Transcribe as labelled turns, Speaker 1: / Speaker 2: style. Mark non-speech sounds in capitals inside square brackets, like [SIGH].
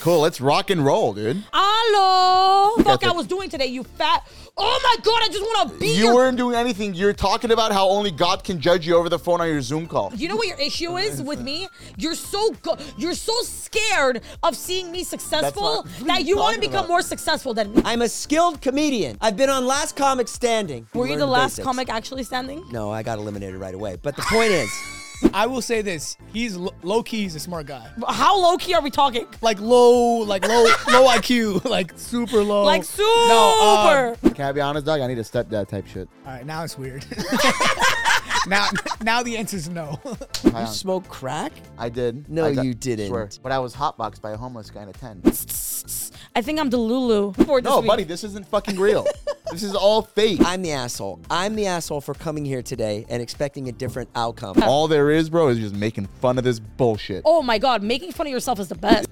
Speaker 1: cool. Let's rock and roll, dude.
Speaker 2: Hello. Fuck,
Speaker 1: the-
Speaker 2: I was doing today, you fat. Oh my god, I just want to be
Speaker 1: You
Speaker 2: your-
Speaker 1: weren't doing anything. You're talking about how only God can judge you over the phone on your Zoom call.
Speaker 2: You know what your issue is with me? You're so go- you're so scared of seeing me successful
Speaker 1: what I'm
Speaker 2: that you want to
Speaker 1: talking
Speaker 2: become
Speaker 1: about.
Speaker 2: more successful than me.
Speaker 3: I'm a skilled comedian. I've been on Last Comic Standing.
Speaker 2: Were you
Speaker 3: Learn
Speaker 2: the last
Speaker 3: basics.
Speaker 2: comic actually standing?
Speaker 3: No, I got eliminated right away. But the
Speaker 2: [LAUGHS]
Speaker 3: point is,
Speaker 4: I will say this: he's lo- low key. He's a smart guy.
Speaker 2: How low key are we talking?
Speaker 4: Like low, like low, low IQ, [LAUGHS] like super low.
Speaker 2: Like super.
Speaker 4: No, um,
Speaker 1: Can I be honest, dog? I need a stepdad type shit.
Speaker 4: all right, now it's weird. [LAUGHS] now, now the answer is no.
Speaker 3: you smoke crack?
Speaker 1: I did.
Speaker 3: No,
Speaker 1: I
Speaker 3: you didn't.
Speaker 1: swear. But I was hotboxed by a homeless guy in a tent.
Speaker 2: I think I'm Delulu. For this
Speaker 1: No,
Speaker 2: week.
Speaker 1: buddy, this isn't fucking
Speaker 3: [LAUGHS]
Speaker 1: real. this is all fake.
Speaker 3: I'm the asshole. I'm the asshole for coming here today and expecting a different outcome.
Speaker 1: all there is, bro, is just making fun of this bullshit.
Speaker 2: Oh my god, making fun of yourself is the best.